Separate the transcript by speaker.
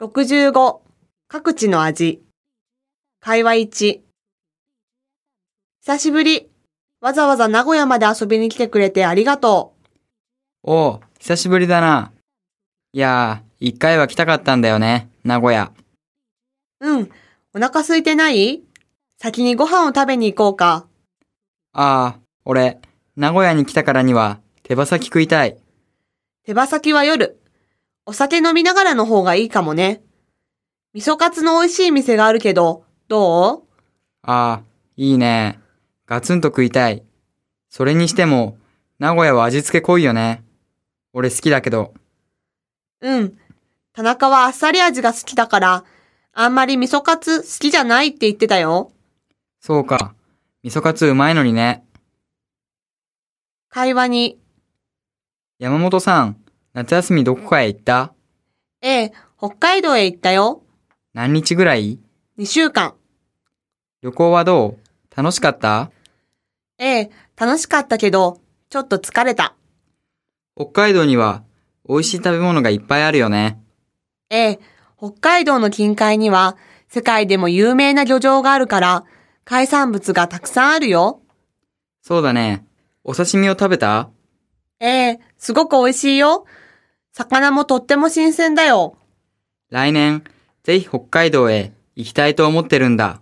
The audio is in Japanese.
Speaker 1: 65. 各地の味。会話1。久しぶり。わざわざ名古屋まで遊びに来てくれてありがと
Speaker 2: おう、久しぶりだな。いやー、一回は来たかったんだよね、名古屋。
Speaker 1: う。うん。お腹空いてない先にご飯を食べに行こうか。
Speaker 2: あー、俺、名古屋に来たからには、手羽先食いたい。
Speaker 1: 手羽先は夜。お酒飲みながらの方がいいかもね。味噌カツの美味しい店があるけど、どう
Speaker 2: あー、いいね。ガツンと食いたい。それにしても、名古屋は味付け濃いよね。俺好きだけど。
Speaker 1: うん。田中はあっさり味が好きだから、あんまり味噌カツ好きじゃないって言ってたよ。
Speaker 2: そうか。味噌カツうまいのにね。
Speaker 1: 会話に、
Speaker 2: 山本さん、夏休みどこかへ行った
Speaker 1: ええ、北海道へ行ったよ。
Speaker 2: 何日ぐらい
Speaker 1: 2週間。
Speaker 2: 旅行はどう楽しかった
Speaker 1: ええ、楽しかったけど、ちょっと疲れた。
Speaker 2: 北海道には美味しい食べ物がいっぱいあるよね。
Speaker 1: ええ、北海道の近海には、世界でも有名な漁場があるから、海産物がたくさんあるよ。
Speaker 2: そうだね。お刺身を食べた
Speaker 1: ええ、すごく美味しいよ。魚もとっても新鮮だよ。
Speaker 2: 来年、ぜひ北海道へ行きたいと思ってるんだ。